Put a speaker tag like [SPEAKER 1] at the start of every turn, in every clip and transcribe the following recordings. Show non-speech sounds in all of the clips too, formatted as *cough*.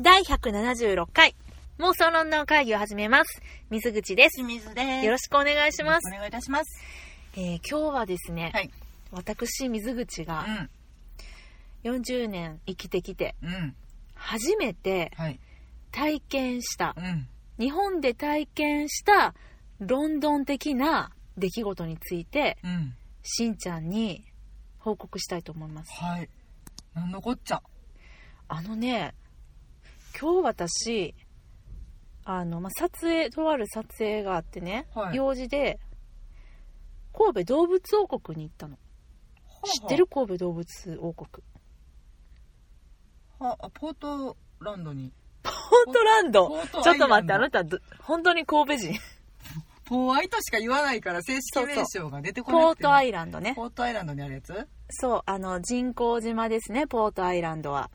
[SPEAKER 1] 第176回、妄想論の会議を始めます。水口です。
[SPEAKER 2] 清水です。
[SPEAKER 1] よろ
[SPEAKER 2] し
[SPEAKER 1] しくお願いします。
[SPEAKER 2] お願いいたします。
[SPEAKER 1] えー今日はですね、
[SPEAKER 2] はい。
[SPEAKER 1] 私、水口が40年生きてきて、
[SPEAKER 2] うん。うん。
[SPEAKER 1] 初めて
[SPEAKER 2] はい。
[SPEAKER 1] 体験した
[SPEAKER 2] う、ん。
[SPEAKER 1] 日本で体験したロンドン的な出来事について、
[SPEAKER 2] うん。
[SPEAKER 1] しんちゃんに報告したいと思います。
[SPEAKER 2] はい。なんのこっちゃ。
[SPEAKER 1] あのね、今日私、あの、まあ、撮影、とある撮影があってね、
[SPEAKER 2] はい
[SPEAKER 1] 用事で、神戸動物王国に行ったの。知ってる神戸動物王国。
[SPEAKER 2] はあ、ポートランドに。
[SPEAKER 1] ポートランド
[SPEAKER 2] ポート
[SPEAKER 1] ちょ
[SPEAKER 2] ア
[SPEAKER 1] っと
[SPEAKER 2] イランド
[SPEAKER 1] 待って、あなたど、本当に神戸人。
[SPEAKER 2] ポーアイとしか言わないから正式名称が出てこ
[SPEAKER 1] ポ
[SPEAKER 2] な
[SPEAKER 1] ー
[SPEAKER 2] くてね、
[SPEAKER 1] トアイランドね。
[SPEAKER 2] ポートアイランドにあるやつ
[SPEAKER 1] そう、あの、人工島ですね、ポートアイランドは。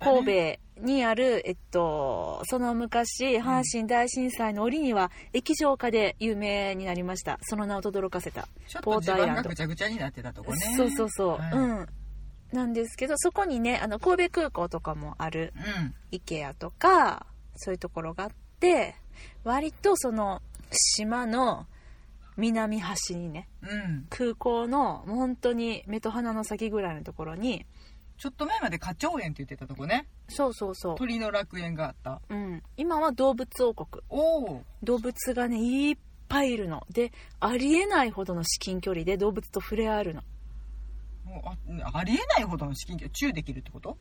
[SPEAKER 2] だね
[SPEAKER 1] 神戸にある、えっと、その昔、阪神大震災の折には、液状化で有名になりました。その名を轟かせた。
[SPEAKER 2] ちょっ
[SPEAKER 1] ポ
[SPEAKER 2] と
[SPEAKER 1] ート
[SPEAKER 2] 地
[SPEAKER 1] アイ
[SPEAKER 2] 盤
[SPEAKER 1] ラン
[SPEAKER 2] が
[SPEAKER 1] ド
[SPEAKER 2] ぐちゃぐちゃになってたとこね。
[SPEAKER 1] そうそうそう、
[SPEAKER 2] はい
[SPEAKER 1] うんなんですけどそこにねあの神戸空港とかもある
[SPEAKER 2] うん。
[SPEAKER 1] IKEA とかそういうところがあって割とその島の南端にね
[SPEAKER 2] うん。
[SPEAKER 1] 空港のもう本当に目と鼻の先ぐらいのところに
[SPEAKER 2] ちょっと前まで花鳥園って言ってたとこね。
[SPEAKER 1] そうそうそ
[SPEAKER 2] 鳥の楽園があった。
[SPEAKER 1] う、うん、今は動物王国
[SPEAKER 2] おお。
[SPEAKER 1] 動物がねいっぱいいるのでありえないほどの至近距離で動物と触れ合えるの
[SPEAKER 2] もうあありえないほどの資金がチューできるってこと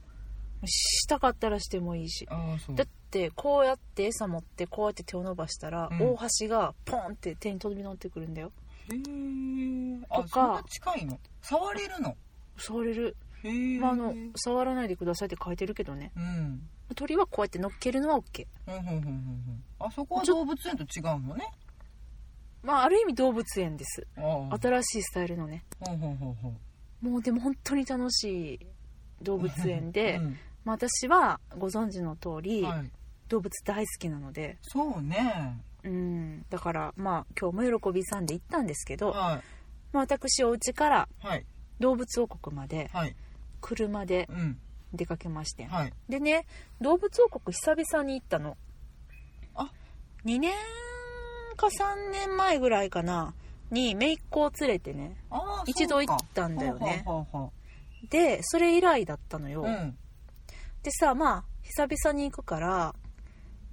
[SPEAKER 1] したかったらしてもいいし
[SPEAKER 2] ああ、そう
[SPEAKER 1] だ。ってこうやって餌持ってこうやって手を伸ばしたら、
[SPEAKER 2] うん
[SPEAKER 1] 大橋がポンって手に飛び乗ってくるんだよ
[SPEAKER 2] へえ。
[SPEAKER 1] と
[SPEAKER 2] あ、
[SPEAKER 1] か
[SPEAKER 2] そんな近いの触れるの
[SPEAKER 1] 触れる、
[SPEAKER 2] へえ。
[SPEAKER 1] まあ、あ
[SPEAKER 2] う
[SPEAKER 1] の
[SPEAKER 2] ん。
[SPEAKER 1] 触らないでくださいって書いてるけどね
[SPEAKER 2] うん。
[SPEAKER 1] 鳥はこうやって乗っけるのは OK
[SPEAKER 2] うんうんうんうんうん。あそこは動物園と違うのね。
[SPEAKER 1] まあある意味動物園です
[SPEAKER 2] ああ。
[SPEAKER 1] 新しいスタイルのね
[SPEAKER 2] ほうほうほうほう。
[SPEAKER 1] もうでも本当に楽しい動物園で、
[SPEAKER 2] うん
[SPEAKER 1] まあ、私はご存知の通り、
[SPEAKER 2] はい。
[SPEAKER 1] 動物大好きなので
[SPEAKER 2] そうね。
[SPEAKER 1] うんだからまあ今日も喜びさんで行ったんですけど、
[SPEAKER 2] は
[SPEAKER 1] まあ、私お家から
[SPEAKER 2] い。はい。
[SPEAKER 1] 動物王国まで
[SPEAKER 2] はい。
[SPEAKER 1] 車で
[SPEAKER 2] うん。
[SPEAKER 1] 出かけましてん
[SPEAKER 2] はい。
[SPEAKER 1] でね動物王国久々に行ったの
[SPEAKER 2] あ
[SPEAKER 1] 2年か3年前ぐらいかなに姪っ子を連れてね
[SPEAKER 2] ああ、
[SPEAKER 1] 一度行ったんだよね
[SPEAKER 2] ほうほうほ
[SPEAKER 1] でそれ以来だったのよ、
[SPEAKER 2] うほう。うん。
[SPEAKER 1] でさまあ久々に行くから、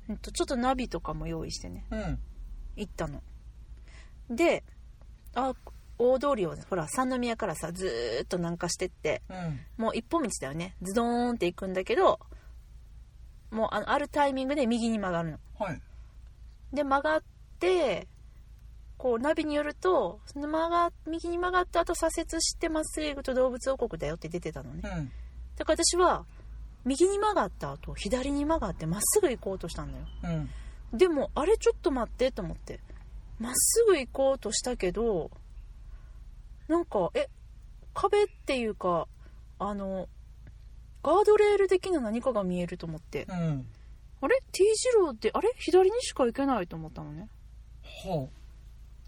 [SPEAKER 1] うんと、ちょっとナビとかも用意してね
[SPEAKER 2] うん。
[SPEAKER 1] 行ったのであ大通りをほら三宮からさずーっと南下してって
[SPEAKER 2] うん。
[SPEAKER 1] もう一本道だよねズドーンって行くんだけどもうあのあるタイミングで右に曲がるの
[SPEAKER 2] はい。
[SPEAKER 1] で曲がってこうナビによるとその曲が右に曲がった後左折してまっすぐ行くと動物王国だよって出てたのね
[SPEAKER 2] うん。
[SPEAKER 1] だから私は右に曲がった後左に曲がってまっすぐ行こうとしたんだよ
[SPEAKER 2] うん。
[SPEAKER 1] でもあれちょっと待ってと思ってまっすぐ行こうとしたけどなんかえ壁っていうかあのガードレール的な何かが見えると思って
[SPEAKER 2] うん。
[SPEAKER 1] あれ T 字路ってあれ左にしか行けないと思ったのね
[SPEAKER 2] ほ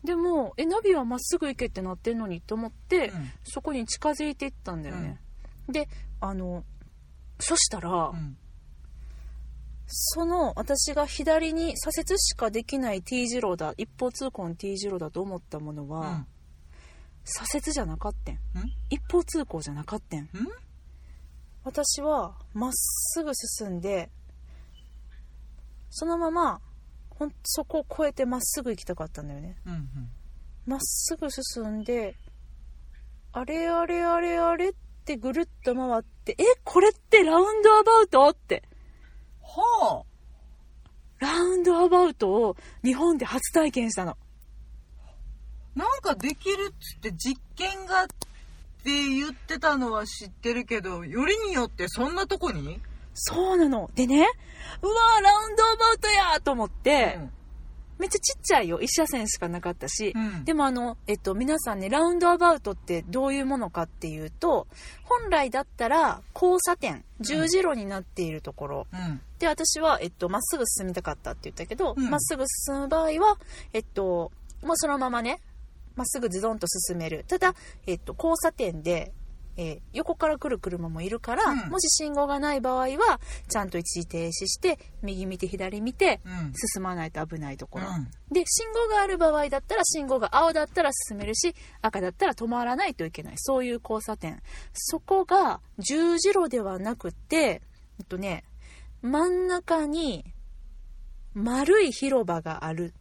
[SPEAKER 1] でもえナビはまっすぐ行けってなってんのにと思って、
[SPEAKER 2] う。うん。
[SPEAKER 1] そこに近づいていったんだよね、であのそしたら、
[SPEAKER 2] うん。
[SPEAKER 1] その私が左に左折しかできない T 字路だ一方通行の T 字路だと思ったものは、
[SPEAKER 2] うん。
[SPEAKER 1] 左折じゃなかってん
[SPEAKER 2] ん
[SPEAKER 1] 一方通行じゃなかってん
[SPEAKER 2] うん
[SPEAKER 1] 私はまっすぐ進んでそのままほんそこを越えてまっすぐ行きたかったんだよね
[SPEAKER 2] うん。
[SPEAKER 1] まっすぐ進んであれあれあれあれってぐるっと回ってえこれってラウンドアバウトって
[SPEAKER 2] ほう。
[SPEAKER 1] ラウンドアバウトを日本で初体験したの
[SPEAKER 2] なんかできるっつって実験がって言ってたのは知ってるけど、よりによってそんなとこに、
[SPEAKER 1] そうなのでねうわーラウンドアバウトやと思って、めっちゃちっちゃいよ1車線しかなかったし
[SPEAKER 2] う、ん。
[SPEAKER 1] でもあの、えっと、皆さんねラウンドアバウトってどういうものかっていうと本来だったら交差点十字路になっているところ、
[SPEAKER 2] うん。
[SPEAKER 1] で私はえっとまっすぐ進みたかったって言ったけど
[SPEAKER 2] うん
[SPEAKER 1] ま、っすぐ進む場合はえっともうそのままねまっすぐズドンと進めるただ、えっと、交差点でえー横から来る車もいるから、
[SPEAKER 2] うん
[SPEAKER 1] もし信号がない場合はちゃんと一時停止して右見て左見て
[SPEAKER 2] うん
[SPEAKER 1] 進まないと危ないところ、
[SPEAKER 2] うん
[SPEAKER 1] で信号がある場合だったら信号が青だったら進めるし赤だったら止まらないといけないそういう交差点そこが十字路ではなくてえっとね真ん中に丸い広場がある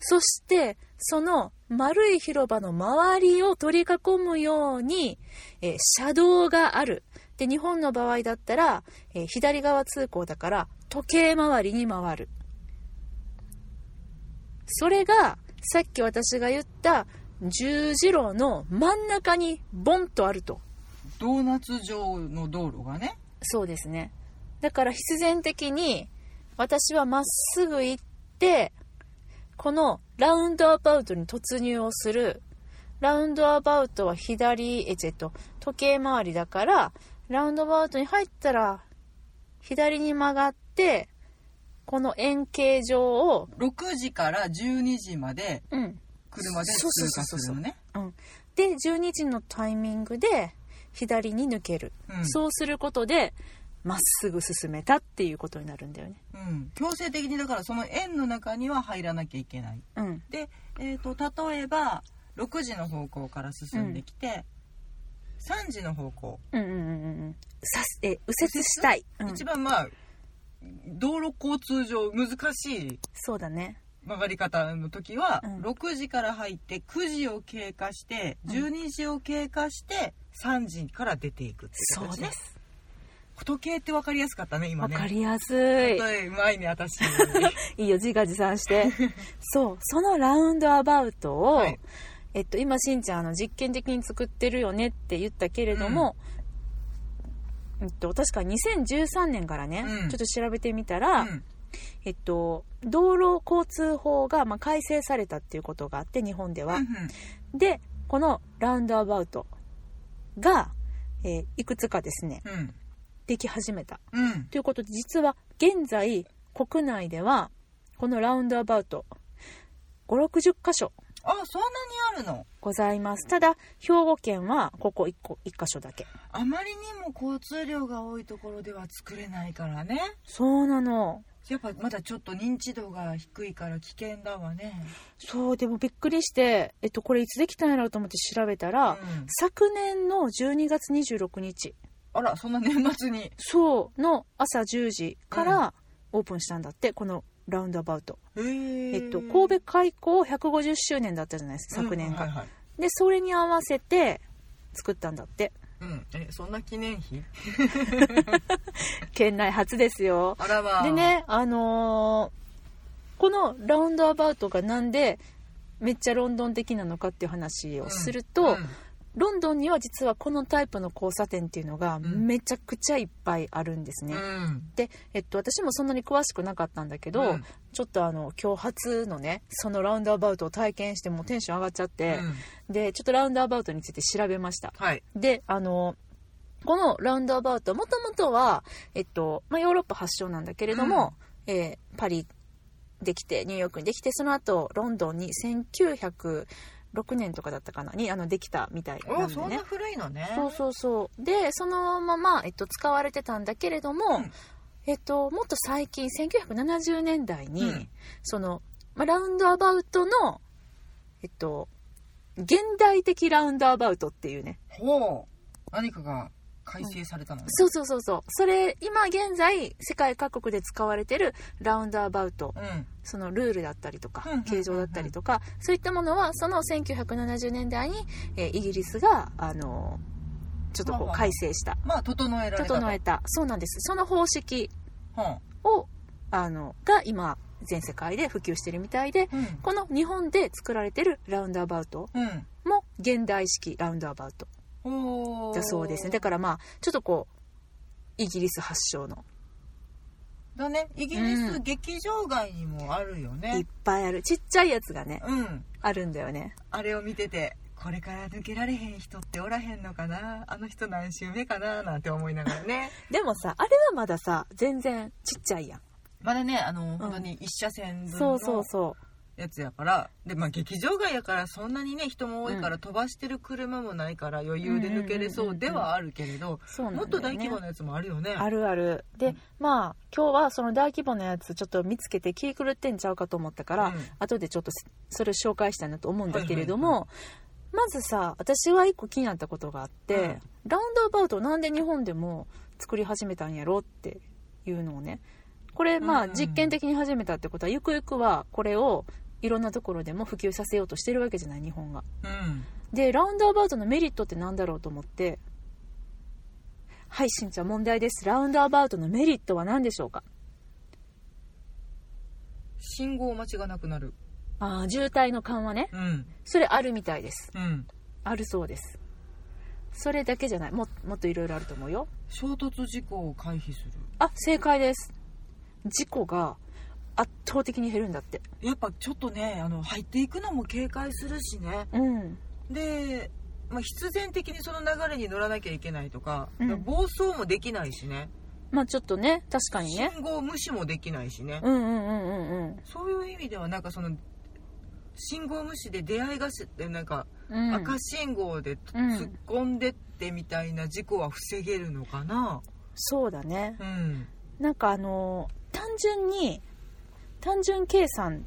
[SPEAKER 1] そしてその丸い広場の周りを取り囲むように、えー車道があるで日本の場合だったら、えー左側通行だから時計回りに回るそれがさっき私が言った十字路の真ん中にボンとあると
[SPEAKER 2] ドーナツ状の道路がね
[SPEAKER 1] そうですねだから必然的に私はまっすぐ行ってこのラウンドアバウトに突入をするラウンドアバウトは左えちょっと時計回りだからラウンドアバウトに入ったら左に曲がってこの円形状を
[SPEAKER 2] 6時から12時まで
[SPEAKER 1] うん
[SPEAKER 2] 車で
[SPEAKER 1] そうそう
[SPEAKER 2] 通
[SPEAKER 1] そう
[SPEAKER 2] 過
[SPEAKER 1] そう
[SPEAKER 2] するのね
[SPEAKER 1] うん、で12時のタイミングで左に抜ける、
[SPEAKER 2] うん
[SPEAKER 1] そうすることでまっすぐ進めたっていうことになるんだよね
[SPEAKER 2] うん強制的にだからその円の中には入らなきゃいけない
[SPEAKER 1] うん
[SPEAKER 2] で、えー、と例えば6時の方向から進んできて、3時の方向、
[SPEAKER 1] うんうんうんうんさすえ右折したい、うん、
[SPEAKER 2] 一番まあ道路交通上難しい
[SPEAKER 1] そうだね
[SPEAKER 2] 曲がり方の時は、
[SPEAKER 1] うん
[SPEAKER 2] 6時から入って9時を経過して12時を経過して3時から出ていくって
[SPEAKER 1] そ
[SPEAKER 2] いう
[SPEAKER 1] う
[SPEAKER 2] 形
[SPEAKER 1] で
[SPEAKER 2] ね
[SPEAKER 1] す
[SPEAKER 2] 時計って分かりやすかったね今
[SPEAKER 1] わ
[SPEAKER 2] ね
[SPEAKER 1] かりやすい
[SPEAKER 2] はい、うまいね私
[SPEAKER 1] いいよ自画自賛して *laughs* そうそのラウンドアバウトを、
[SPEAKER 2] はい
[SPEAKER 1] えっと、今しんちゃんあの実験的に作ってるよねって言ったけれども、えっと、確か2013年からね、
[SPEAKER 2] うん
[SPEAKER 1] ちょっと調べてみた
[SPEAKER 2] う
[SPEAKER 1] ら、
[SPEAKER 2] ん
[SPEAKER 1] えっと、道路交通法が、まあ、改正されたっていうことがあって日本では
[SPEAKER 2] う、ん
[SPEAKER 1] でこのラウンドアバウトが、えーいくつかですね
[SPEAKER 2] うん
[SPEAKER 1] でき始めた
[SPEAKER 2] うん
[SPEAKER 1] ということで実は現在国内ではこのラウンドアバウト560箇所
[SPEAKER 2] あそんなにあるの
[SPEAKER 1] ございますただ兵庫県はここ1個1箇所だけ
[SPEAKER 2] あまりにも交通量が多いところでは作れないからね
[SPEAKER 1] そうなの
[SPEAKER 2] やっぱまだちょっと認知度が低いから危険だわね
[SPEAKER 1] そうでもびっくりして、えっと、これいつできたんやろうと思って調べたら、
[SPEAKER 2] うん
[SPEAKER 1] 昨年の12月26日
[SPEAKER 2] あらそんな年末に
[SPEAKER 1] そうの朝10時からオープンしたんだって、このラウンドアバウト、
[SPEAKER 2] え
[SPEAKER 1] えっと、神戸開港150周年だったじゃないですか昨年が、
[SPEAKER 2] うんはいはい
[SPEAKER 1] でそれに合わせて作ったんだって
[SPEAKER 2] うん、えそんな記念碑
[SPEAKER 1] 県内初ですよ
[SPEAKER 2] あらわ
[SPEAKER 1] でねあのーこのラウンドアバウトがなんでめっちゃロンドン的なのかっていう話をすると、
[SPEAKER 2] うん
[SPEAKER 1] ロンドンには実はこのタイプの交差点っていうのが
[SPEAKER 2] ん
[SPEAKER 1] めちゃくちゃいっぱいあるんですね、
[SPEAKER 2] うん
[SPEAKER 1] で、えっと、私もそんなに詳しくなかったんだけど、
[SPEAKER 2] うん
[SPEAKER 1] ちょっとあの今日初のねそのラウンドアバウトを体験してもうテンション上がっちゃって、
[SPEAKER 2] うん
[SPEAKER 1] でちょっとラウンドアバウトについて調べました
[SPEAKER 2] はい
[SPEAKER 1] であのこのラウンドアバウトもともとは、えっとまあ、ヨーロッパ発祥なんだけれども、えーパリできてニューヨークにできてその後ロンドンに1906年とかだったかなにあのできたみたいな
[SPEAKER 2] お
[SPEAKER 1] んで
[SPEAKER 2] そん
[SPEAKER 1] ね
[SPEAKER 2] な古いのね
[SPEAKER 1] そうそうそうでそのまま、えっと、使われてたんだけれども、
[SPEAKER 2] うん
[SPEAKER 1] えっと、もっと最近1970年代に、
[SPEAKER 2] うん
[SPEAKER 1] そのまあラウンドアバウトの、えっと、現代的ラウンドアバウトっていうね
[SPEAKER 2] ほう何かが改正されたの、
[SPEAKER 1] そうそうそうそうそれ今現在世界各国で使われてるラウンドアバウト
[SPEAKER 2] うん
[SPEAKER 1] そのルールだったりとか
[SPEAKER 2] うんうんうん
[SPEAKER 1] 形状だったりとかそういったものはその1970年代に、えーイギリスがあのーちょっとこ
[SPEAKER 2] はあ
[SPEAKER 1] う
[SPEAKER 2] はあ
[SPEAKER 1] 改正した
[SPEAKER 2] まあ整えられたと
[SPEAKER 1] 整えたそうなんですその方式
[SPEAKER 2] ほ
[SPEAKER 1] をあのが今全世界で普及してるみたいで
[SPEAKER 2] ううん
[SPEAKER 1] この日本で作られてるラウンドアバウト
[SPEAKER 2] うん
[SPEAKER 1] も現代式ラウンドアバウト
[SPEAKER 2] ほう
[SPEAKER 1] だそうですねだからまあちょっとこうイギリス発祥の
[SPEAKER 2] だねイギリス劇場街にもあるよ
[SPEAKER 1] いっ
[SPEAKER 2] ね
[SPEAKER 1] ぱいあるちっちゃいやつがね
[SPEAKER 2] うん
[SPEAKER 1] あるんだよね
[SPEAKER 2] あれを見ててこれから抜けられへん人っておらへんのかなあの人何周目かななんて思いながらね
[SPEAKER 1] でもさあれはまださ全然ちっちゃいやん
[SPEAKER 2] まだねあの、本当に一車線分
[SPEAKER 1] そうそう
[SPEAKER 2] の
[SPEAKER 1] そう
[SPEAKER 2] やつやからでまあ劇場街やからそんなにね人も多いから飛ばしてる車もないから余裕で抜けれそうではあるけれど
[SPEAKER 1] そうなんだ
[SPEAKER 2] も
[SPEAKER 1] よ
[SPEAKER 2] っ
[SPEAKER 1] ね
[SPEAKER 2] と大規模なやつもあるよね
[SPEAKER 1] あるあるで、
[SPEAKER 2] うん
[SPEAKER 1] まあ今日はその大規模なやつちょっと見つけて気狂ってんちゃうかと思ったから、
[SPEAKER 2] うん
[SPEAKER 1] 後でちょっとそそれを紹介したいなと思うんだけれども、
[SPEAKER 2] は
[SPEAKER 1] まずさ私は一個気になったことがあって、
[SPEAKER 2] うん
[SPEAKER 1] ラウンドアバウトをなんで日本でも作り始めたんやろっていうのをねこれま
[SPEAKER 2] う
[SPEAKER 1] あ
[SPEAKER 2] んうん
[SPEAKER 1] 実験的に始めたってことはゆくゆくはこれをいろんなところでも普及させようとしてるわけじゃない日本が。
[SPEAKER 2] うん
[SPEAKER 1] でラウンドアバウトのメリットってなんだろうと思ってはいしんちゃん問題ですラウンドアバウトのメリットは何でしょうか
[SPEAKER 2] 信号待ちがなくなる
[SPEAKER 1] ああ渋滞の緩和ね
[SPEAKER 2] うん
[SPEAKER 1] それあるみたいです
[SPEAKER 2] うん
[SPEAKER 1] あるそうですそれだけじゃないももっといろいろあると思うよ
[SPEAKER 2] 衝突事故を回避する
[SPEAKER 1] あ正解です事故が圧倒的に減るんだって
[SPEAKER 2] やっぱちょっとねあの入っていくのも警戒するしね
[SPEAKER 1] うん
[SPEAKER 2] で、まあ、必然的にその流れに乗らなきゃいけないとか、
[SPEAKER 1] うん
[SPEAKER 2] 暴走もできないしね
[SPEAKER 1] まあちょっとね確かにね
[SPEAKER 2] 信号無視もできないしね、
[SPEAKER 1] うんうんうんうん
[SPEAKER 2] そういう意味ではなんかその信号無視で出会い頭でなんか
[SPEAKER 1] うんうん
[SPEAKER 2] 赤信号でと
[SPEAKER 1] うん
[SPEAKER 2] 突っ込んでってみたいな事故は防げるのかな
[SPEAKER 1] そうだね
[SPEAKER 2] うん
[SPEAKER 1] なんかあのー単純に単純計算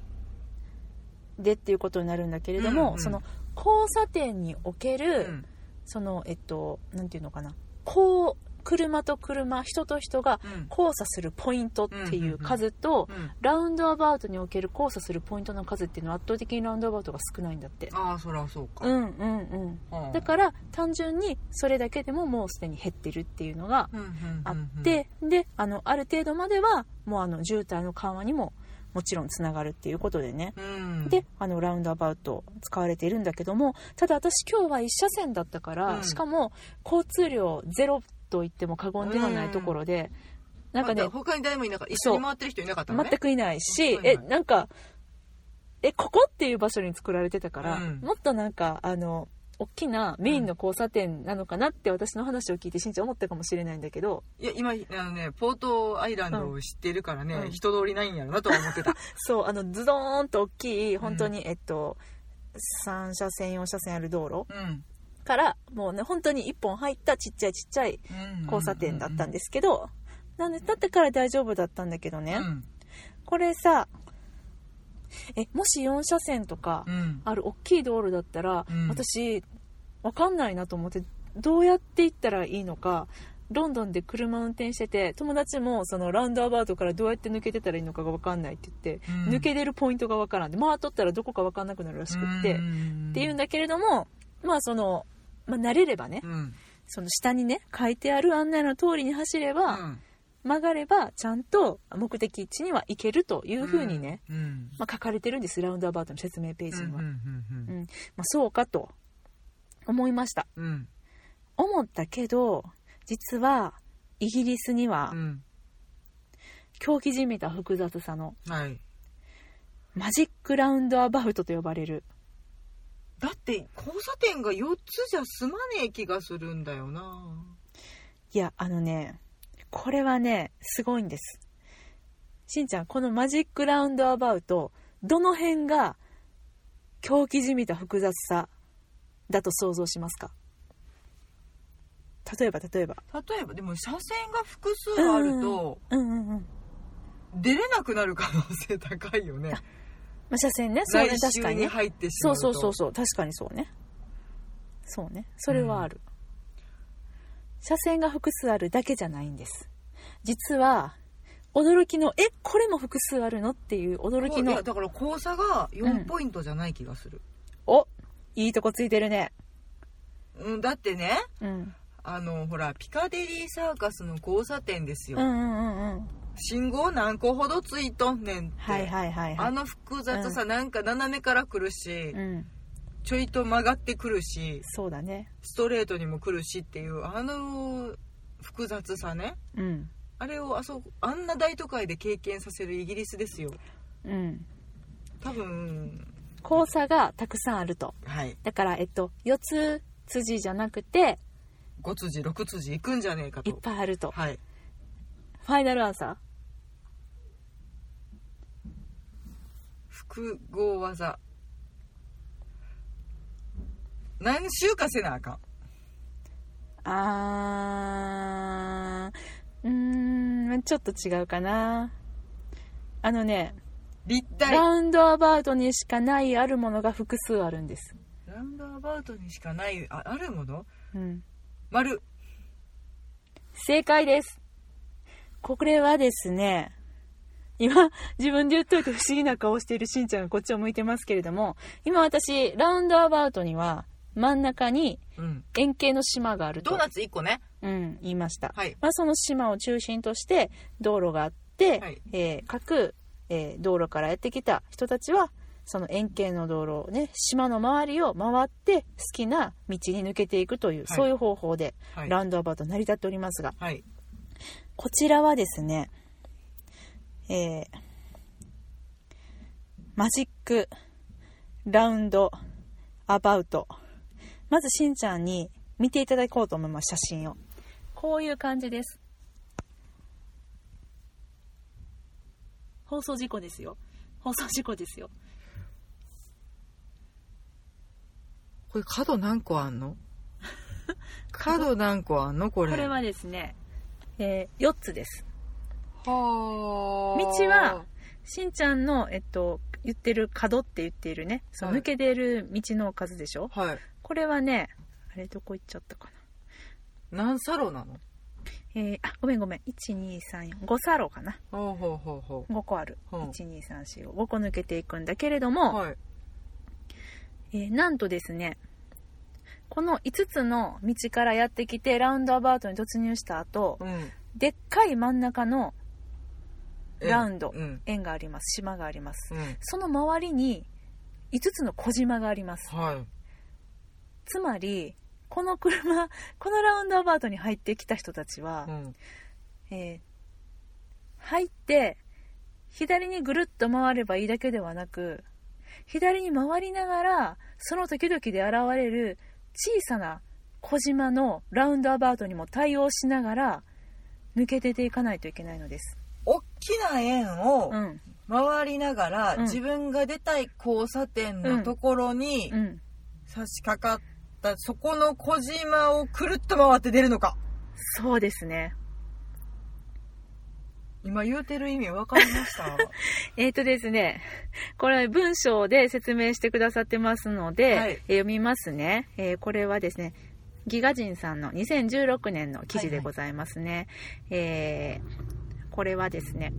[SPEAKER 1] でっていうことになるんだけれども、
[SPEAKER 2] うんうん
[SPEAKER 1] その交差点における、
[SPEAKER 2] うん
[SPEAKER 1] そのえっとなんていうのかなこう車と車人と人が
[SPEAKER 2] うん
[SPEAKER 1] 交差するポイントっていう数と、
[SPEAKER 2] うん
[SPEAKER 1] ラウンドアバウトにおける交差するポイントの数っていうのは圧倒的にラウンドアバウトが少ないんだって。
[SPEAKER 2] ああそりゃそうか、
[SPEAKER 1] うんうんうん、
[SPEAKER 2] はあ
[SPEAKER 1] だから単純にそれだけでももうすでに減ってるっていうのが
[SPEAKER 2] うんうんうんうん
[SPEAKER 1] あって、であのある程度まではもうあの渋滞の緩和にももちろんつながるっていうことでね、
[SPEAKER 2] うん
[SPEAKER 1] であのラウンドアバウト使われているんだけどもただ私今日は一車線だったから、
[SPEAKER 2] うん
[SPEAKER 1] しかも交通量ゼロと言っても過言ではないところで、なんか
[SPEAKER 2] ま
[SPEAKER 1] ね
[SPEAKER 2] あ他に誰もいなかった一緒
[SPEAKER 1] そう
[SPEAKER 2] に回ってる人いなかったのね
[SPEAKER 1] 全くいないし
[SPEAKER 2] 全、くい
[SPEAKER 1] え
[SPEAKER 2] ない
[SPEAKER 1] なんかえここっていう場所に作られてたから、
[SPEAKER 2] うん
[SPEAKER 1] もっとなんかあの大きなメインの交差点なのかなって私の話を聞いてしんちゃん思ったかもしれないんだけど
[SPEAKER 2] いや今あのねポートアイランドを知ってるからね、
[SPEAKER 1] うん
[SPEAKER 2] 人通りないんやろなとは思っ
[SPEAKER 1] *laughs*
[SPEAKER 2] てた
[SPEAKER 1] そうあのズドーンと大きい本当に、えっと3車線4車線ある道路
[SPEAKER 2] うん
[SPEAKER 1] からもうね本当に1本入ったちっちゃいちっちゃい交差点だったん
[SPEAKER 2] で
[SPEAKER 1] ですけど、なんでだってから大丈夫だったんだけどね、
[SPEAKER 2] うん
[SPEAKER 1] これさえもし4車線とか
[SPEAKER 2] うん
[SPEAKER 1] ある大きい道路だったら、
[SPEAKER 2] うん
[SPEAKER 1] 私わかんないなと思ってどうやって行ったらいいのかロンドンで車運転してて友達もそのラウンドアバウトからどうやって抜けてたらいいのかがわかんないって言って、
[SPEAKER 2] うん
[SPEAKER 1] 抜け出るポイントがわからんで回っとったらどこかわかんなくなるらしくって、っていうん
[SPEAKER 2] だ
[SPEAKER 1] だけれどもまあその、まあ、慣れればね、
[SPEAKER 2] うん
[SPEAKER 1] その下にね書いてある案内の通りに走れば、
[SPEAKER 2] うん
[SPEAKER 1] 曲がればちゃんと目的地には行けるというふうにね、
[SPEAKER 2] うん
[SPEAKER 1] まあ、書かれてるんですラウンドアバウトの説明ページには、
[SPEAKER 2] うんうん
[SPEAKER 1] うんまあ、そうかと思いました
[SPEAKER 2] うんうん
[SPEAKER 1] 思ったけど実はイギリスには
[SPEAKER 2] うん
[SPEAKER 1] 狂気じみた複雑さの
[SPEAKER 2] はい
[SPEAKER 1] マジックラウンドアバウトと呼ばれる
[SPEAKER 2] だって交差点が4つじゃ済まねえ気がするんだよない
[SPEAKER 1] やあのねこれはねすごいんですしんちゃんこのマジックラウンドアバウトどの辺が狂気じみた複雑さだと想像しますか例えば例えば
[SPEAKER 2] 例えばでも車線が複数あると
[SPEAKER 1] うんうんうん、
[SPEAKER 2] 出れなくなる可能性高いよね
[SPEAKER 1] まあ、車線ねそう
[SPEAKER 2] 来
[SPEAKER 1] ね確
[SPEAKER 2] 週
[SPEAKER 1] かに
[SPEAKER 2] に
[SPEAKER 1] ね
[SPEAKER 2] 入ってし
[SPEAKER 1] そ
[SPEAKER 2] ま
[SPEAKER 1] う
[SPEAKER 2] うと
[SPEAKER 1] そうそうそう確かにそうねそうねそれはある、車線が複数あるだけじゃないんです実は驚きのえこれも複数あるのっていう驚き
[SPEAKER 2] いや
[SPEAKER 1] の
[SPEAKER 2] だから交差が
[SPEAKER 1] う
[SPEAKER 2] 4
[SPEAKER 1] ん
[SPEAKER 2] ポイントじゃない気がする、
[SPEAKER 1] おいいとこついてるね
[SPEAKER 2] うん、だってね
[SPEAKER 1] うん
[SPEAKER 2] あのほらピカデリーサーカスの交差点ですよ、
[SPEAKER 1] うんうんうんうん
[SPEAKER 2] 信号何個ほどついとんねんって、
[SPEAKER 1] はいはいはいは
[SPEAKER 2] あ
[SPEAKER 1] い
[SPEAKER 2] の複雑さ、なんか斜めから来るし、
[SPEAKER 1] うん
[SPEAKER 2] ちょいと曲がってくるし
[SPEAKER 1] そうだね
[SPEAKER 2] ストレートにも来るしっていうあの複雑さね
[SPEAKER 1] うん
[SPEAKER 2] あれをあそあんな大都会で経験させるイギリスですよ
[SPEAKER 1] うん
[SPEAKER 2] 多分
[SPEAKER 1] 交差がたくさんあると
[SPEAKER 2] はい
[SPEAKER 1] だからえっと四つ辻じゃなくて
[SPEAKER 2] 5辻6辻行くんじゃねえか
[SPEAKER 1] いっ
[SPEAKER 2] と
[SPEAKER 1] ぱいあると
[SPEAKER 2] はい
[SPEAKER 1] ファイナルアンサー
[SPEAKER 2] 複複合技何周かせなあかん
[SPEAKER 1] あーうーんちょっと違うかなあのね、
[SPEAKER 2] 立体
[SPEAKER 1] ラウンドアバウトにしかないあるものが複数あるんです、
[SPEAKER 2] ラウンドアバウトにしかないああるもの
[SPEAKER 1] うん、
[SPEAKER 2] 丸
[SPEAKER 1] 正解ですこれはですね今自分で言っといて不思議な顔しているしんちゃんがこっちを向いてますけれども今私ラウンドアバウトには真ん中に
[SPEAKER 2] うん
[SPEAKER 1] 円形の島があると
[SPEAKER 2] ドーナツ1個ね
[SPEAKER 1] うん、言いました、
[SPEAKER 2] はい
[SPEAKER 1] まあ、その島を中心として道路があって、
[SPEAKER 2] はい
[SPEAKER 1] えー各、えー道路からやってきた人たちはその円形の道路をね島の周りを回って好きな道に抜けていくという、
[SPEAKER 2] はい
[SPEAKER 1] そういう方法で
[SPEAKER 2] はい
[SPEAKER 1] ラウンドアバウト成り立っておりますが、
[SPEAKER 2] はい
[SPEAKER 1] こちらはですねえーマジックラウンドアバウトまずしんちゃんに見ていただこうと思います写真をこういう感じです放送事故ですよ放送事故ですよ
[SPEAKER 2] これ角何個あ
[SPEAKER 1] *laughs*
[SPEAKER 2] んの角何個あんのこれ
[SPEAKER 1] これはですね、え4つです
[SPEAKER 2] はー
[SPEAKER 1] 道はしんちゃんの、えっと、言ってる角って言っているねその
[SPEAKER 2] はい
[SPEAKER 1] 抜け出る道の数でしょ、
[SPEAKER 2] はい
[SPEAKER 1] これはねあれどこ行っちゃったかな
[SPEAKER 2] 何サロなの
[SPEAKER 1] えーあごめんごめん12345サロかな
[SPEAKER 2] ほうほうほうほ
[SPEAKER 1] 5個ある、
[SPEAKER 2] うん
[SPEAKER 1] 12345個抜けていくんだけれども、
[SPEAKER 2] うはい
[SPEAKER 1] えーなんとですねこの5つの道からやってきてラウンドアバウトに突入した後
[SPEAKER 2] うん
[SPEAKER 1] でっかい真ん中の
[SPEAKER 2] え
[SPEAKER 1] ラウンド
[SPEAKER 2] うん
[SPEAKER 1] 円があります島があります
[SPEAKER 2] うん
[SPEAKER 1] その周りに5つの小島があります
[SPEAKER 2] はい
[SPEAKER 1] つまりこの車このラウンドアバウトに入ってきた人たちは、
[SPEAKER 2] うん
[SPEAKER 1] えー入って左にぐるっと回ればいいだけではなく左に回りながらその時々で現れる小さな小島のラウンドアバウトにも対応しながら抜け出ていかないといけないのです。
[SPEAKER 2] 大きな円を
[SPEAKER 1] うん、
[SPEAKER 2] 回りながら、
[SPEAKER 1] うん
[SPEAKER 2] 自分が出たい交差点のところに
[SPEAKER 1] うん、
[SPEAKER 2] 差し掛かったそこの小島をくるっと回って出るのか
[SPEAKER 1] そうですね。
[SPEAKER 2] 今言うてる意味分かりました
[SPEAKER 1] *laughs* えーとですね、これ文章で説明してくださってますので、
[SPEAKER 2] はい
[SPEAKER 1] えー読みますね、えーこれはですね、ギガ人さんの2016年の記事でございますね。えーこれはですね、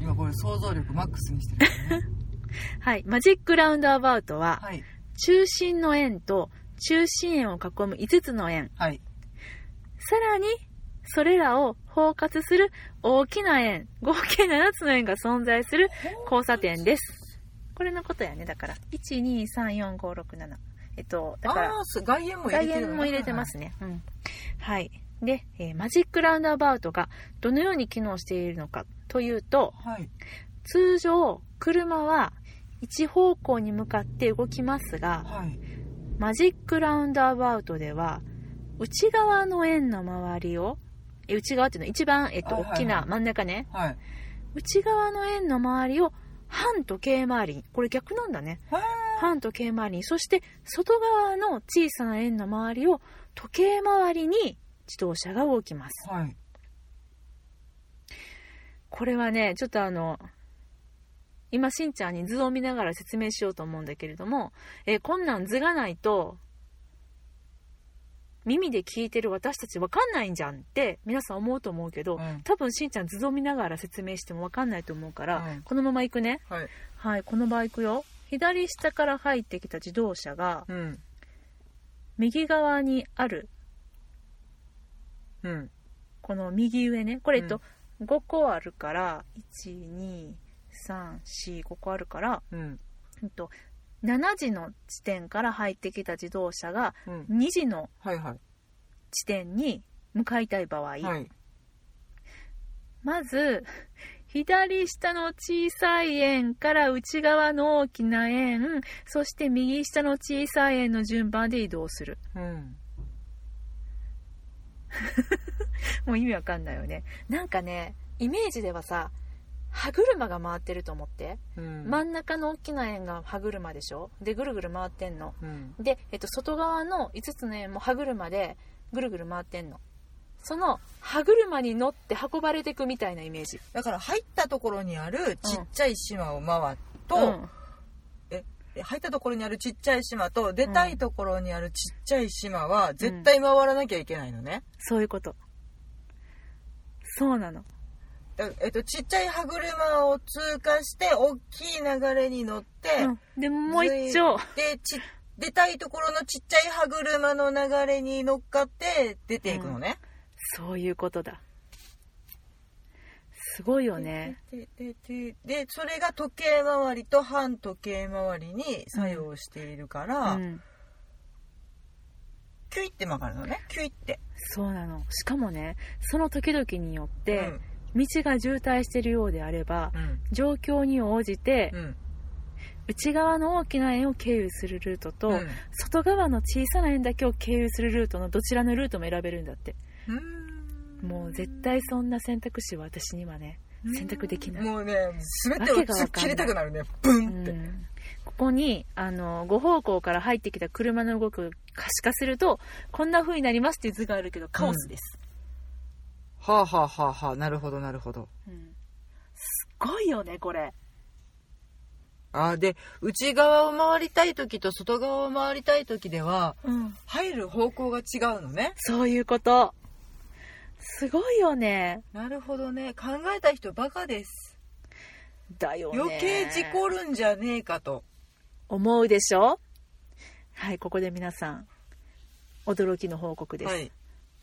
[SPEAKER 2] 今これ想像力マックスにしてるからね
[SPEAKER 1] はい、マジックラウンドアバウトは、
[SPEAKER 2] はい
[SPEAKER 1] 中心の円と中心円を囲む5つの円、
[SPEAKER 2] はい
[SPEAKER 1] さらに、それらを包括する大きな円、合計7つの円が存在する交差点です。これのことやね、だから。1、2、3、4、5、6、7。えっと、だから
[SPEAKER 2] あ、あー外苑も入れ
[SPEAKER 1] 外
[SPEAKER 2] てる
[SPEAKER 1] 円も入れてますね。うん。はい。で、えーマジックラウンドアバウトがどのように機能しているのかというと、
[SPEAKER 2] はい
[SPEAKER 1] 通常、車は一方向に向かって動きますが、
[SPEAKER 2] はい
[SPEAKER 1] マジックラウンドアバウトでは内側の円の周りをえ内側っていうのは一番、えっと、
[SPEAKER 2] あはいはい
[SPEAKER 1] 大きな真ん中ね
[SPEAKER 2] はい
[SPEAKER 1] 内側の円の周りを半時計回りにこれ逆なんだね
[SPEAKER 2] はい
[SPEAKER 1] 半時計回りにそして外側の小さな円の周りを時計回りに自動車が動きます
[SPEAKER 2] はい
[SPEAKER 1] これはねちょっとあの今しんちゃんに図を見ながら説明しようと思うんだけれども、えーこんなん図がないと耳で聞いてる私たちわかんないんじゃんって皆さん思うと思うけど、
[SPEAKER 2] うん
[SPEAKER 1] 多分しんちゃん図を見ながら説明してもわかんないと思うから、
[SPEAKER 2] うん
[SPEAKER 1] このまま行くね
[SPEAKER 2] はい
[SPEAKER 1] はいこの場合行くよ左下から入ってきた自動車が
[SPEAKER 2] うん
[SPEAKER 1] 右側にある
[SPEAKER 2] うん
[SPEAKER 1] この右上ねこれえっと
[SPEAKER 2] う、
[SPEAKER 1] 5個あるから12345個あるから
[SPEAKER 2] うん
[SPEAKER 1] うんと7時の地点から入ってきた自動車が
[SPEAKER 2] うん
[SPEAKER 1] 2時の
[SPEAKER 2] はいはい
[SPEAKER 1] 地点に向かいたい場合、
[SPEAKER 2] はい
[SPEAKER 1] まず左下の小さい円から内側の大きな円そして右下の小さい円の順番で移動する
[SPEAKER 2] うん
[SPEAKER 1] もう意味わかんないよねなんかねイメージではさ歯車が回ってると思って、
[SPEAKER 2] うん
[SPEAKER 1] 真ん中の大きな円が歯車でしょでぐるぐる回ってんの
[SPEAKER 2] うん
[SPEAKER 1] で、えっと、外側の5つの円も歯車でぐるぐる回ってんのその歯車に乗って運ばれてくみたいなイメージ
[SPEAKER 2] だから入ったところにあるちっちゃい島を回っと、
[SPEAKER 1] うん
[SPEAKER 2] で入ったところにあるちっちゃい島と出たいところにあるちっちゃい島は絶対回らなきゃいけないのね、
[SPEAKER 1] そういうことそうなの
[SPEAKER 2] だえっと、ちっちゃい歯車を通過して大きい流れに乗って、
[SPEAKER 1] うん、でもう一
[SPEAKER 2] ず
[SPEAKER 1] 丁
[SPEAKER 2] いでち出たいところのちっちゃい歯車の流れに乗っかって出ていくのね。
[SPEAKER 1] そういうことだすごいよね
[SPEAKER 2] ででででそれが時計回りと反時計回りに作用しているか
[SPEAKER 1] う
[SPEAKER 2] ら、
[SPEAKER 1] ん
[SPEAKER 2] キュイって曲がるのねキュイって。
[SPEAKER 1] そうなのしかもねその時々によっ
[SPEAKER 2] う
[SPEAKER 1] て
[SPEAKER 2] ん
[SPEAKER 1] 道が渋滞してるようであれば
[SPEAKER 2] うん
[SPEAKER 1] 状況に応じて
[SPEAKER 2] うん
[SPEAKER 1] 内側の大きな円を経由するルートと、
[SPEAKER 2] うん
[SPEAKER 1] 外側の小さな円だけを経由するルートのどちらのルートも選べるんだって
[SPEAKER 2] うん
[SPEAKER 1] もう絶対そんな選択肢は私にはね選択できない
[SPEAKER 2] もうね全てを突っ切りたくなるねブ
[SPEAKER 1] う
[SPEAKER 2] ンって、
[SPEAKER 1] んここにあの5方向から入ってきた車の動きを可視化するとこんな風になりますっていう図があるけどカオスです、
[SPEAKER 2] はあはあはあはあなるほどなるほど
[SPEAKER 1] うんすっごいよねこれ
[SPEAKER 2] あーで内側を回りたい時と外側を回りたい時では入る方向が違うのね
[SPEAKER 1] そういうことすごいよね
[SPEAKER 2] なるほどね考えた人バカです
[SPEAKER 1] だよね
[SPEAKER 2] 余計事故るんじゃねえかと
[SPEAKER 1] 思うでしょはいここで皆さん驚きの報告です、
[SPEAKER 2] はい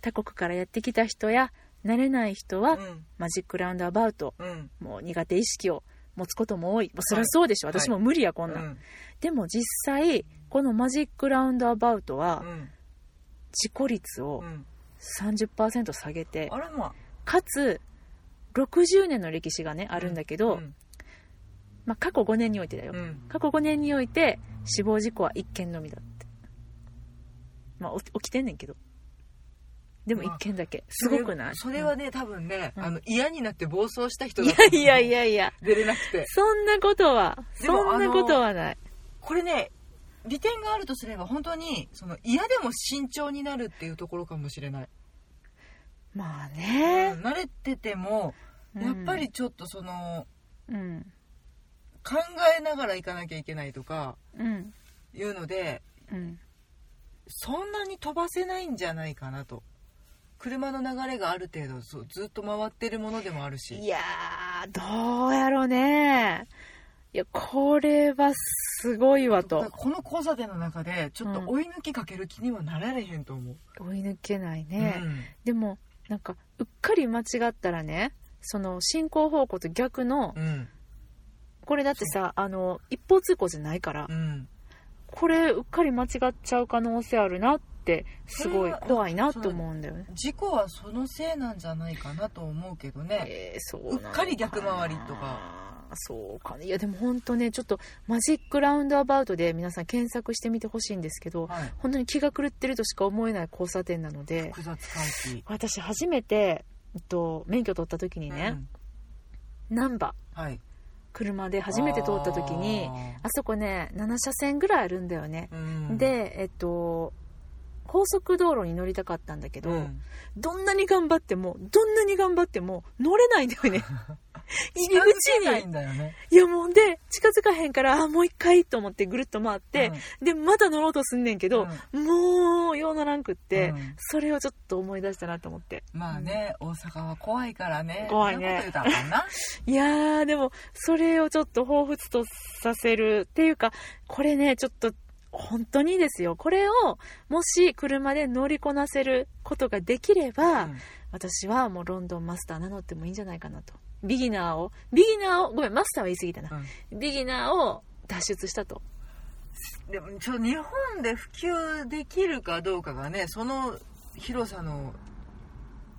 [SPEAKER 1] 他国からやってきた人や慣れない人は、
[SPEAKER 2] うん
[SPEAKER 1] マジックラウンドアバウト
[SPEAKER 2] うん
[SPEAKER 1] もう苦手意識を持つことも多い、もうそりゃそうでしょ、
[SPEAKER 2] はい
[SPEAKER 1] 私も無理やこ
[SPEAKER 2] うん
[SPEAKER 1] なん、
[SPEAKER 2] ん
[SPEAKER 1] でも実際このマジックラウンドアバウトは
[SPEAKER 2] うん
[SPEAKER 1] 事故率を
[SPEAKER 2] うん
[SPEAKER 1] 30%下げて、
[SPEAKER 2] あらまあ
[SPEAKER 1] かつ60年の歴史がねあるんだけど、
[SPEAKER 2] うん
[SPEAKER 1] まあ、過去5年においてだよ、
[SPEAKER 2] うん
[SPEAKER 1] 過去5年において死亡事故は1件のみだってまあお起きてんねんけどでも1件だけすごくない
[SPEAKER 2] それそれはね多分ね、
[SPEAKER 1] うん
[SPEAKER 2] あの嫌になって暴走した人
[SPEAKER 1] うん
[SPEAKER 2] だ
[SPEAKER 1] い
[SPEAKER 2] と思う
[SPEAKER 1] やいやいやいや
[SPEAKER 2] 出れなくて
[SPEAKER 1] そんなことは
[SPEAKER 2] でも
[SPEAKER 1] そんなことはない
[SPEAKER 2] これね利点があるとすれば本当にその嫌でも慎重になるっていうところかもしれない、
[SPEAKER 1] まあ
[SPEAKER 2] う
[SPEAKER 1] ね
[SPEAKER 2] ん、慣れてても
[SPEAKER 1] うん
[SPEAKER 2] やっぱりちょっとその
[SPEAKER 1] うん
[SPEAKER 2] 考えながら行かなきゃいけないとか
[SPEAKER 1] うん
[SPEAKER 2] いうので
[SPEAKER 1] うん
[SPEAKER 2] そんなに飛ばせないんじゃないかなと車の流れがある程度そうずっと回ってるものでもある
[SPEAKER 1] い
[SPEAKER 2] し
[SPEAKER 1] やーどうやろねいやこれはすごいわ
[SPEAKER 2] だか
[SPEAKER 1] と
[SPEAKER 2] らこの交差点の中でちょっと追い抜きかける気にはなられへんと思う、
[SPEAKER 1] 追い抜けない
[SPEAKER 2] うん
[SPEAKER 1] ね、でもなんかうっかり間違ったらねその進行方向と逆の
[SPEAKER 2] うん
[SPEAKER 1] これだってさあの一方通行じゃないから、
[SPEAKER 2] うん
[SPEAKER 1] これうっかり間違っちゃう可能性あるなってすごい
[SPEAKER 2] それは
[SPEAKER 1] 怖いなって思うんだよね
[SPEAKER 2] 事故はそのせいなんじゃないかなと思うけどね、
[SPEAKER 1] えーそうなの
[SPEAKER 2] うっかり逆回りと
[SPEAKER 1] かなそうかねいやでも本当ねちょっとマジックラウンドアバウトで皆さん検索してみてほしいんですけど
[SPEAKER 2] はい、
[SPEAKER 1] 本当に気が狂ってるとしか思えない交差点なので
[SPEAKER 2] 複雑回帰
[SPEAKER 1] 私初めて、えっと、免許取った時にね、難波
[SPEAKER 2] うんはい、
[SPEAKER 1] 車で初めて通った時にあそこね7車線ぐらいあるんだよね
[SPEAKER 2] あ、ー、うん、
[SPEAKER 1] でえっと高速道路に乗りたかったんだけど、
[SPEAKER 2] うん
[SPEAKER 1] どんなに頑張ってもどんなに頑張っても乗れないんだよ
[SPEAKER 2] *laughs*
[SPEAKER 1] ね入り口
[SPEAKER 2] 近づけない
[SPEAKER 1] に
[SPEAKER 2] んだよね
[SPEAKER 1] いやもうで近づかへんからあーもう一回と思ってぐるっと回って、でまた乗ろうとすんねんけ
[SPEAKER 2] うん
[SPEAKER 1] ど、もうようならんくって、
[SPEAKER 2] うん
[SPEAKER 1] それをちょっと思い出したなと思って
[SPEAKER 2] まあね、大阪は怖いからね
[SPEAKER 1] 怖いね
[SPEAKER 2] そんなこと言うたらあ
[SPEAKER 1] いやーでもそれをちょっと彷彿とさせるっていうかこれねちょっと本当にですよこれをもし車で乗りこなせることができれば、
[SPEAKER 2] かんな、
[SPEAKER 1] 私はもうロンドンマスター名乗ってもいいんじゃないかなとビギナーをビギナーをごめんマスターは言い過ぎたな、ビギナーを脱出したと
[SPEAKER 2] うんでもちょ日本で普及できるかどうかがねその広さの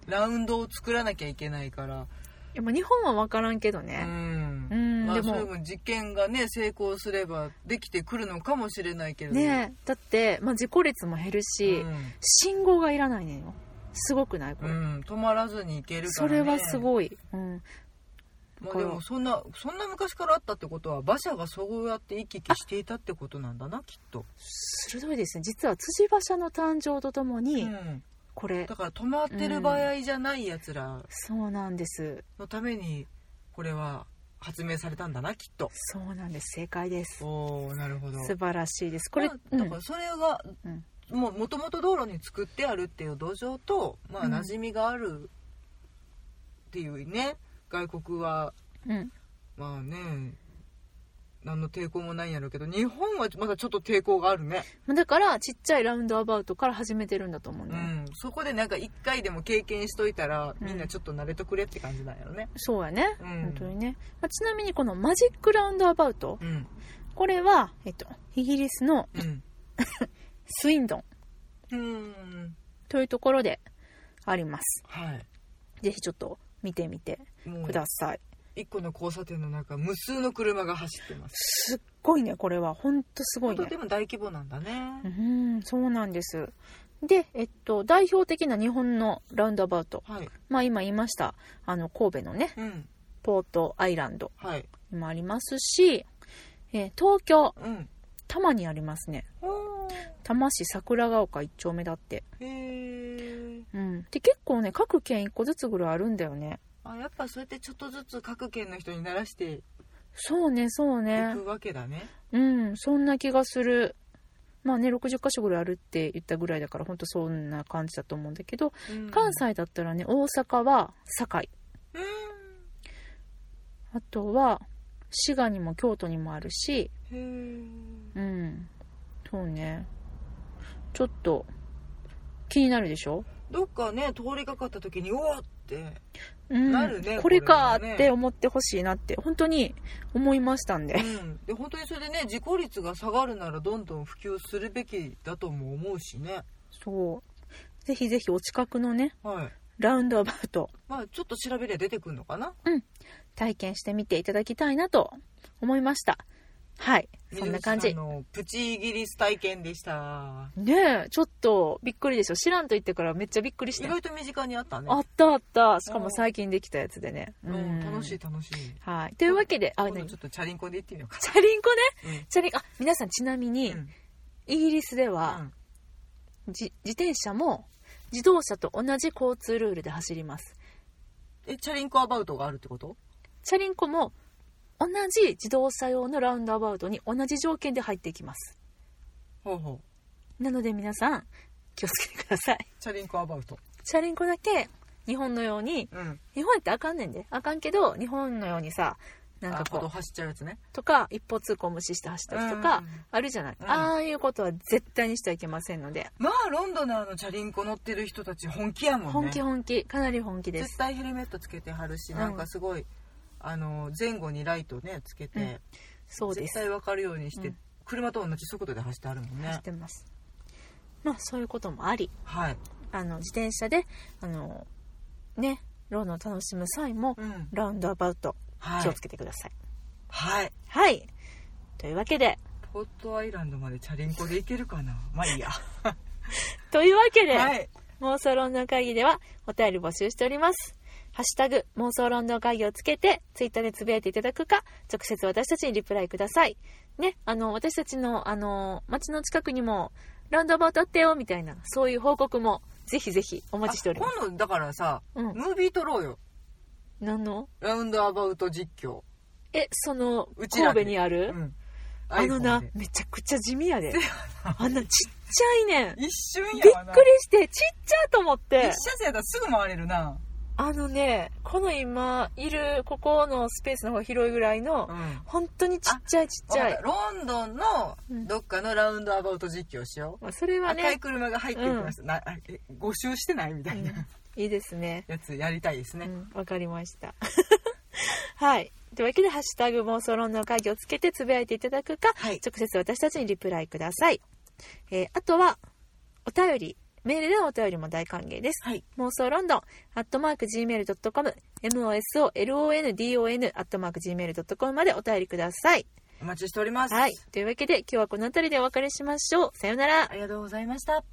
[SPEAKER 2] ラウンドを作らなきゃいけないから、
[SPEAKER 1] いやまあ日本は分からんけど
[SPEAKER 2] う
[SPEAKER 1] ね
[SPEAKER 2] ん
[SPEAKER 1] うん、
[SPEAKER 2] まあ、
[SPEAKER 1] で
[SPEAKER 2] そういう
[SPEAKER 1] も
[SPEAKER 2] も実験がね成功すればできてくるのかもしれないけれど
[SPEAKER 1] ねえだって、まあ、事故率も減るし、
[SPEAKER 2] うん
[SPEAKER 1] 信号がいらないねんよすごくないこ
[SPEAKER 2] う
[SPEAKER 1] れ、
[SPEAKER 2] ん、止まらずに行けるから、ね、
[SPEAKER 1] それはすごい、うん、
[SPEAKER 2] まあ
[SPEAKER 1] から
[SPEAKER 2] でもそんなそんな昔からあったってことは馬車がそうやって行き来していたってことなんだなきっと、
[SPEAKER 1] 鋭いですね実は辻馬車の誕生ととも
[SPEAKER 2] う
[SPEAKER 1] に、
[SPEAKER 2] ん、
[SPEAKER 1] これ
[SPEAKER 2] だから止まってる場合じゃないやつら
[SPEAKER 1] そうなんです
[SPEAKER 2] のためにこれは発明されたんだなきっと
[SPEAKER 1] そうなんです正解です
[SPEAKER 2] おおなるほど
[SPEAKER 1] 素晴らしいですこれ、
[SPEAKER 2] まあ
[SPEAKER 1] うん
[SPEAKER 2] だからそれが、
[SPEAKER 1] うん
[SPEAKER 2] もうもともと道路に作ってあるっていう土壌とまあ
[SPEAKER 1] うん
[SPEAKER 2] 馴染みがあるっていうね、外国は
[SPEAKER 1] うん
[SPEAKER 2] まあね何の抵抗もないんやろうけど日本はまだちょっと抵抗があるね、
[SPEAKER 1] まあだからちっちゃいラウンドアバウトから始めてるんだと思う
[SPEAKER 2] う
[SPEAKER 1] ね、
[SPEAKER 2] ん、そこでなんか1回でも経験しといたら
[SPEAKER 1] うん
[SPEAKER 2] みんなちょっと慣れとくれって感じなんやろね、
[SPEAKER 1] そうやね、
[SPEAKER 2] うん
[SPEAKER 1] 本当にね、まあちなみにこのマジックラウンドアバウト
[SPEAKER 2] うん
[SPEAKER 1] これは、えっと、イギリスの
[SPEAKER 2] うん
[SPEAKER 1] スインドン
[SPEAKER 2] うん
[SPEAKER 1] というところであります
[SPEAKER 2] は
[SPEAKER 1] ぜひちょっと見てみて
[SPEAKER 2] いも
[SPEAKER 1] ください、
[SPEAKER 2] 1個の交差点の中無数の車が走ってます
[SPEAKER 1] すっごいねこれはほんとすごい
[SPEAKER 2] と
[SPEAKER 1] ね
[SPEAKER 2] ても大規模なんだね、
[SPEAKER 1] うんそうなんですで、えっと、代表的な日本のラウンドアバウト、
[SPEAKER 2] はい
[SPEAKER 1] まあ、今言いましたあの神戸のね
[SPEAKER 2] うん
[SPEAKER 1] ポートアイランド
[SPEAKER 2] はい
[SPEAKER 1] にもありますし、えー東京
[SPEAKER 2] うん
[SPEAKER 1] 多摩にありますね
[SPEAKER 2] ほ
[SPEAKER 1] 多摩市桜ヶ丘一丁目だって
[SPEAKER 2] ーへえ
[SPEAKER 1] うんで結構ね各県1個ずつぐらいあるんだよね
[SPEAKER 2] あやっぱそうやってちょっとずつ各県の人に慣らしてい
[SPEAKER 1] そうねそうね
[SPEAKER 2] くわけだね
[SPEAKER 1] うんそんな気がするまあね60箇所ぐらいあるって言ったぐらいだからほんとそんな感じだと思うんだけど
[SPEAKER 2] うん
[SPEAKER 1] 関西だったらね大阪は堺
[SPEAKER 2] うん
[SPEAKER 1] あとは滋賀にも京都にもあるし
[SPEAKER 2] へー
[SPEAKER 1] うんそうねちょっと気になるでしょ
[SPEAKER 2] どっかね通りかかった時に「おっ!」って
[SPEAKER 1] うん
[SPEAKER 2] なるね
[SPEAKER 1] これか
[SPEAKER 2] これはね
[SPEAKER 1] ーって思ってほしいなって本当に思いましたんで
[SPEAKER 2] うん、で本当にそれでね自己率が下がるならどんどん普及するべきだとも思うしね
[SPEAKER 1] そうぜひぜひお近くのね
[SPEAKER 2] はい
[SPEAKER 1] ラウンドアバウト
[SPEAKER 2] まあちょっと調べりゃ出てくるのかな
[SPEAKER 1] 体験してみていただきたいなと思いましたはいそんな感
[SPEAKER 2] 水
[SPEAKER 1] じ
[SPEAKER 2] 口さんのプチイギリス体験でした
[SPEAKER 1] ねえちょっとびっくりでしょ知らんと言ってからめっちゃびっくりし
[SPEAKER 2] 意
[SPEAKER 1] た
[SPEAKER 2] 外と身近にあったね
[SPEAKER 1] あったあったしかも最近できたやつでね
[SPEAKER 2] うん、楽しい楽しい
[SPEAKER 1] はい。というわけで、あ、
[SPEAKER 2] 今
[SPEAKER 1] ね
[SPEAKER 2] 度ちょっとチャリンコで行ってみようか
[SPEAKER 1] チャリンコね。
[SPEAKER 2] うん
[SPEAKER 1] チャリンコ、あ、皆さんちなみに、
[SPEAKER 2] うん
[SPEAKER 1] イギリスで
[SPEAKER 2] う
[SPEAKER 1] は、
[SPEAKER 2] ん
[SPEAKER 1] じ自転車も自動車と同じ交通ルールで走ります。
[SPEAKER 2] えチャリンコアバウトがあるってこと
[SPEAKER 1] チャリンコも同じ自動車用のラウンドアバウトに同じ条件で入っていきます。
[SPEAKER 2] ほうほ
[SPEAKER 1] なので皆さん、気をつけてください。
[SPEAKER 2] うチャリンコアバウト
[SPEAKER 1] チャリンコだけ、日本のように、
[SPEAKER 2] うん
[SPEAKER 1] 日本やってあかんねんで。あかんけど、日本のようにさ、なん
[SPEAKER 2] あ
[SPEAKER 1] か
[SPEAKER 2] 歩道
[SPEAKER 1] こう、
[SPEAKER 2] 走っちゃうやつね
[SPEAKER 1] とか、一方通行無視して走ったりとか、
[SPEAKER 2] うん
[SPEAKER 1] あるじゃない。
[SPEAKER 2] うん
[SPEAKER 1] ああいうことは絶対にしてはいけませんので、
[SPEAKER 2] まあロンドナーのチャリンコ乗ってる人たち本気やもんね
[SPEAKER 1] 本気本気かなり本気です
[SPEAKER 2] 絶対ヘルメットつけてはるし、
[SPEAKER 1] うん
[SPEAKER 2] なんかすごいあの前後にライトねつけて、
[SPEAKER 1] そうで
[SPEAKER 2] 絶
[SPEAKER 1] す
[SPEAKER 2] 対分かるようにして、
[SPEAKER 1] うん
[SPEAKER 2] 車と同じ速度で走ってあるもん
[SPEAKER 1] 知
[SPEAKER 2] ね
[SPEAKER 1] ってますまあそういうこともあり
[SPEAKER 2] はい、
[SPEAKER 1] あの自転車であのねロードを楽しむ際も
[SPEAKER 2] うん、
[SPEAKER 1] ラウンドアバウト
[SPEAKER 2] は
[SPEAKER 1] 気を
[SPEAKER 2] い
[SPEAKER 1] つけてください
[SPEAKER 2] はい
[SPEAKER 1] はい、というわけで
[SPEAKER 2] ポートアイランドまでチャリンコで行けるかなまあいいや
[SPEAKER 1] というわけで、
[SPEAKER 2] はい
[SPEAKER 1] 妄想ロンドン会議ではお便り募集しておりますハッシュタグ妄想ロンドン会議をつけてツイッターでつぶやいていただくか直接私たちにリプライくださいねあの私たちのあの街の近くにもラウンドアバウトあったよみたいなそういう報告もぜひぜひお待ちしております
[SPEAKER 2] あ今度だからさ、
[SPEAKER 1] うん
[SPEAKER 2] ムービー撮ろうよ
[SPEAKER 1] 何の
[SPEAKER 2] ラウンドアバウト実況
[SPEAKER 1] えその
[SPEAKER 2] うちらで
[SPEAKER 1] 神戸にあ
[SPEAKER 2] う
[SPEAKER 1] る、
[SPEAKER 2] ん
[SPEAKER 1] あのな
[SPEAKER 2] iPhone で
[SPEAKER 1] めちゃくちゃ地味や
[SPEAKER 2] *laughs*
[SPEAKER 1] であんなちっちゃいねんびっ
[SPEAKER 2] 一瞬
[SPEAKER 1] くり
[SPEAKER 2] やわな
[SPEAKER 1] してちっちゃと思って
[SPEAKER 2] 一車線やったらすぐ回れるな
[SPEAKER 1] あのねこの今いるここのスペースの方が広いぐらいの、
[SPEAKER 2] うん
[SPEAKER 1] 本当にちっちゃいちっちゃい、
[SPEAKER 2] ロンドンのどっかのラウンドアバウト実況しよう、
[SPEAKER 1] まあ、それは
[SPEAKER 2] 赤い
[SPEAKER 1] ね、
[SPEAKER 2] 車が入っていきました、なあえ5周してないみたいな
[SPEAKER 1] うんいいですね
[SPEAKER 2] やつやりたいです
[SPEAKER 1] う
[SPEAKER 2] ね、
[SPEAKER 1] んわかりました *laughs* はいというわけで「ハッシュタグ妄想論の会議」をつけてつぶやいていただくか、
[SPEAKER 2] はい
[SPEAKER 1] 直接私たちにリプライください、えーあとはお便りメールでのお便りも大歓迎です、
[SPEAKER 2] はい
[SPEAKER 1] 妄想ロンドンアットマーク Gmail.com mosolondon アットマーク Gmail.com までお便りください
[SPEAKER 2] お待ちしております、
[SPEAKER 1] はいというわけで今日はこの辺りでお別れしましょうさようなら
[SPEAKER 2] ありがとうございました